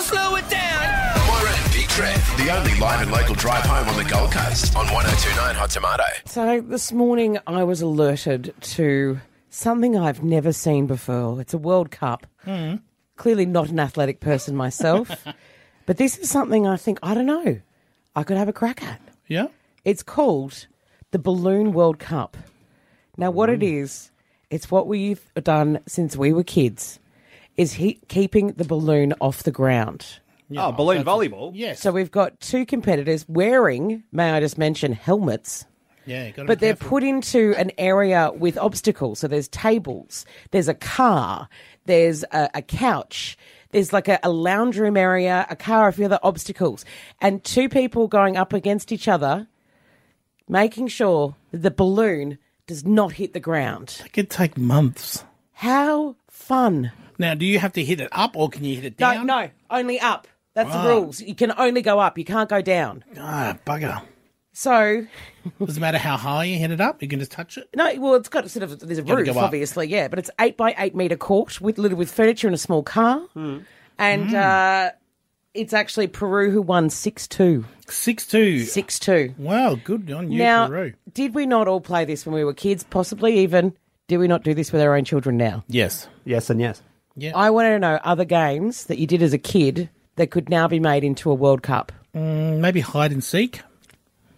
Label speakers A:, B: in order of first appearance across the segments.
A: slow it down.
B: Oh,
C: Moira and Big Trev, the only live and local drive home on the Gold Coast on 1029 Hot Tomato.
D: So this morning I was alerted to something I've never seen before. It's a World Cup. Clearly not an athletic person myself, but this is something I think I don't know. I could have a crack at.
E: Yeah.
D: It's called the Balloon World Cup. Now, what it is, it's what we've done since we were kids, is he- keeping the balloon off the ground.
B: oh, balloon volleyball.
E: Yes.
D: So we've got two competitors wearing, may I just mention, helmets.
E: yeah. Got to
D: But
E: be
D: they're
E: careful.
D: put into an area with obstacles. So there's tables, there's a car, there's a, a couch, there's like a, a lounge room area, a car, a few other obstacles, and two people going up against each other, making sure that the balloon does not hit the ground.
E: It could take months.
D: How fun!
E: Now, do you have to hit it up or can you hit it
D: No,
E: down?
D: no, only up. That's the rules. You can only go up. You can't go down.
E: Ah, bugger.
D: So
E: Doesn't matter how high you hit it up, you can just touch it.
D: No, well, it's got sort of there's a
E: Gotta
D: roof,
E: go up.
D: obviously, yeah, but it's eight by eight meter court with little with furniture and a small car,
E: Hmm.
D: and uh, it's actually Peru who won six two,
E: Six two.
D: six two.
E: Wow, good on you,
D: Now,
E: Peru.
D: did we not all play this when we were kids? Possibly even. Do we not do this with our own children now?
E: Yes.
B: Yes and yes.
D: I want to know other games that you did as a kid that could now be made into a World Cup.
E: Maybe hide and seek.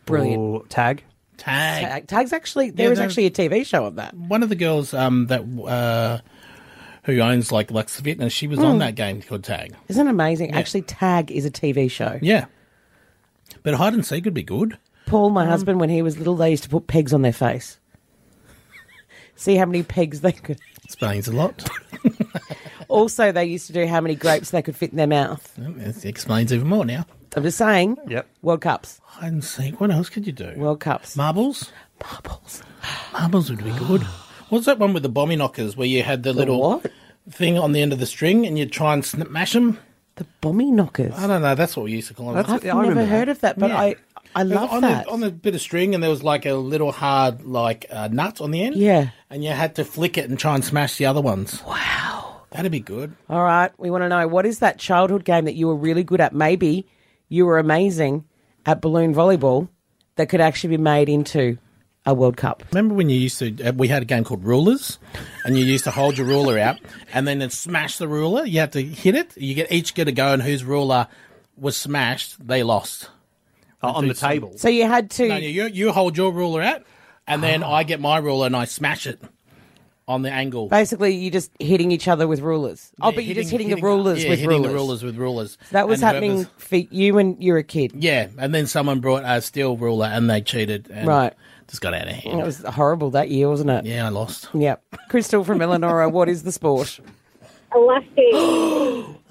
D: Brilliant.
B: Or tag.
E: Tag.
D: Tag- Tags actually, there is
E: they're-
D: actually a TV show of that.
E: One of the girls um, that uh, who owns like Lux Fitness, she was
D: Mm.
E: on that game called Tag.
D: Isn't it amazing? Actually, Tag is a TV show.
E: Yeah. But hide and seek would be good.
D: Paul, my husband, when he was little, they used to put pegs on their face. See how many pegs they could.
E: Explains a lot.
D: Also, they used to do how many grapes they could fit in their mouth.
E: it explains even more now.
D: I'm just saying.
B: Yep.
D: World Cups.
E: Hide and seek. What else could you do?
D: World Cups.
E: Marbles.
D: Marbles.
E: Marbles would be good. What's that one with the bomby knockers where you had the, little
D: what?
E: thing on the end of the string and you try and snip, mash them?
D: The bomby knockers.
E: I don't know. That's what we used to call them.
D: I've
B: Yeah, I
D: never
B: remember
D: heard of that, but
E: Yeah.
D: I, I
E: It was
D: love
E: on
D: that.
E: A, on a bit of string, and there was like a little hard, like uh, nut on the end.
D: Yeah.
E: and you had to flick it and try and smash the other ones. Wow, that'd be good.
D: All right, we want to know what is that childhood game that you were really good at? Maybe you were amazing at balloon volleyball that could actually be made into a World Cup.
E: Remember when you used to? Uh, we had a game called rulers, and you used to hold your ruler out, and then it smash the ruler. You had to hit it. You get each get a go, and whose ruler was smashed, they lost.
B: Oh, on the table.
D: So you had to.
E: No, you you hold your ruler out, and then
D: Ah.
E: I get my ruler and I smash it on the angle.
D: Basically, you're just hitting each other with rulers. oh,
E: Yeah,
D: but you're just hitting, the rulers
E: yeah,
D: with
E: hitting
D: rulers.
E: the rulers with rulers.
D: That was
E: And whoever's-
D: happening for you when you were a kid.
E: Yeah, and then someone brought a steel ruler and they cheated and
D: Right. Mm.
E: just got out of
D: It
E: hand.
D: was horrible that year, wasn't it?
E: Yeah, I lost.
D: Yep. Crystal from Eleonora, what is the sport?
F: Elastic.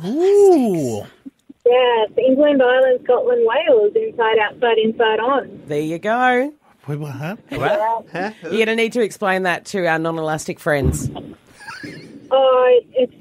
E: Ooh,
F: yes, England, Ireland, Scotland, Wales, inside, outside, inside, on.
D: There you go.
E: we were hurt.
D: You're going to need to explain that to our non elastic friends.
F: Oh, it's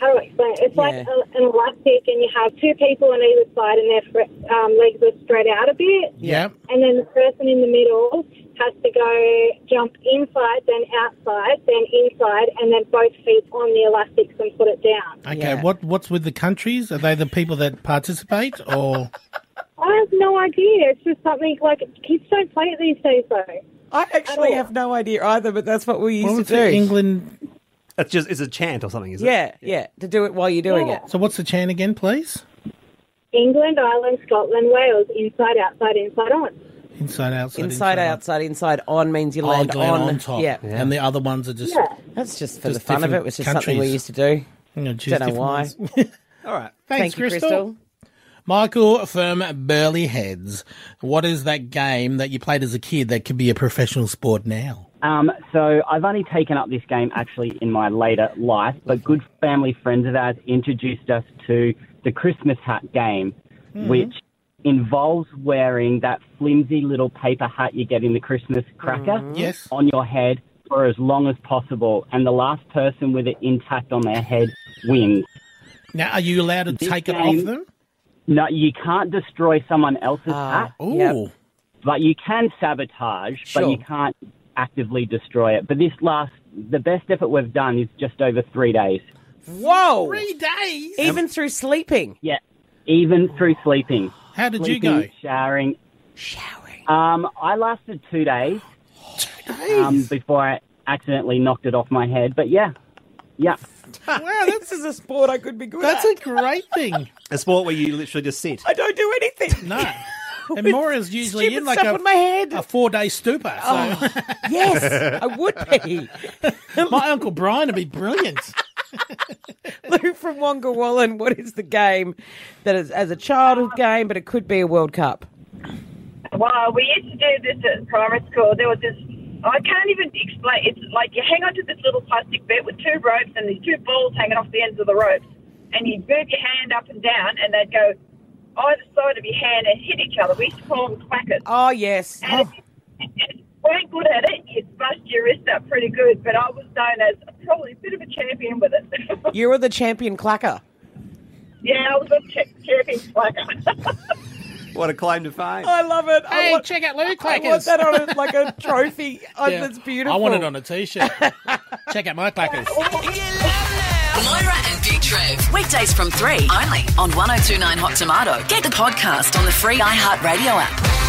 F: how do I explain? It? It's like
D: Yeah.
F: a, an elastic, and you have two people on either side, and their fr- um, legs are spread out a bit.
E: Yep.
F: And then the person in the middle has to go jump inside, then outside, then inside, and then both feet on the elastics and put it down.
E: Okay,
D: Yeah.
E: what what's with the countries? Are they the people that participate or
F: I have no idea. It's just something like kids don't play it these days, though.
D: I actually
F: Oh.
D: have no idea either, but that's what we used
E: What
D: to
E: was
D: do.
E: it, England?
B: It's just it's a chant or something, is it?
D: Yeah, yeah, to do it while you're doing
F: Yeah.
D: it.
E: So what's the chant again, please?
F: England, Ireland, Scotland, Wales, inside, outside, inside, on.
E: Inside outside.
D: Inside, outside, inside, on means you
E: Oh,
D: land
E: gone
D: on.
E: on top.
D: Yeah.
E: And the other ones are just
F: Yeah.
D: That's just for
E: Just
D: the fun of it.
E: different
D: It was just something we
E: countries.
D: used to do.
E: you know, choose
D: Don't know
E: different
D: why.
E: ones. Thanks,
B: All right.
D: Thank you, Crystal.
E: Michael from Burley Heads. What is that game that you played as a kid that could be a professional sport now?
G: Um, so I've only taken up this game actually in my later life, but good family friends of ours introduced us to the Christmas hat game, which involves wearing that flimsy little paper hat you get in the Christmas cracker
E: Yes.
G: on your head for as long as possible, and the last person with it intact on their head wins.
E: Now, are you allowed to take it
G: game-
E: off them?
G: No, you can't destroy someone else's hat,
E: Ooh.
D: Yep.
G: but you can sabotage, but
D: Sure.
G: you can't actively destroy it. But this last, the best effort we've done is just over three days.
D: Whoa!
E: Three days.
D: Even through sleeping.
G: Yeah, even through sleeping.
E: How did you
G: sleeping,
E: go?
G: Showering.
D: Showering.
G: Um, I lasted two days um, before I accidentally knocked it off my head. But yeah, yeah.
D: Wow, this is a sport I could be good
E: That's
D: at.
E: a great thing.
B: A sport where you literally just sit.
D: I don't do anything.
E: No. And Moira's usually
D: Stupid
E: in like
D: stuff
E: a,
D: on my head.
E: a four day stupor. So
D: yes, I would be. Oh.
E: my Uncle Brian would be brilliant.
D: Lou from Wonga Wallen, what is the game that is as a childhood game, but it could be a World Cup?
A: Well, we used to do this at primary school. There was this. I can't even explain. It's like you hang onto this little plastic bit with two ropes and these two balls hanging off the ends of the ropes, and you'd move your hand up and down, and they'd go either side of your hand and hit each other. We used to call them clackers.
D: Oh, yes.
A: And if you weren't good at it, you'd bust your wrist up pretty good. But I was known as probably a bit of a champion with it.
D: You were the champion clacker.
A: yeah, I was a cha- champion clacker.
B: What a claim to fame.
D: I love it. I want,
E: check out Lou
D: I want that on a, like a trophy. Oh,
E: Yeah.
D: That's beautiful.
E: I want it on a t shirt. check out my clackers.
H: Moira and Big Trev. Weekdays oh from 3, only on 1029 Hot Tomato. Get the podcast on the free iHeartRadio app.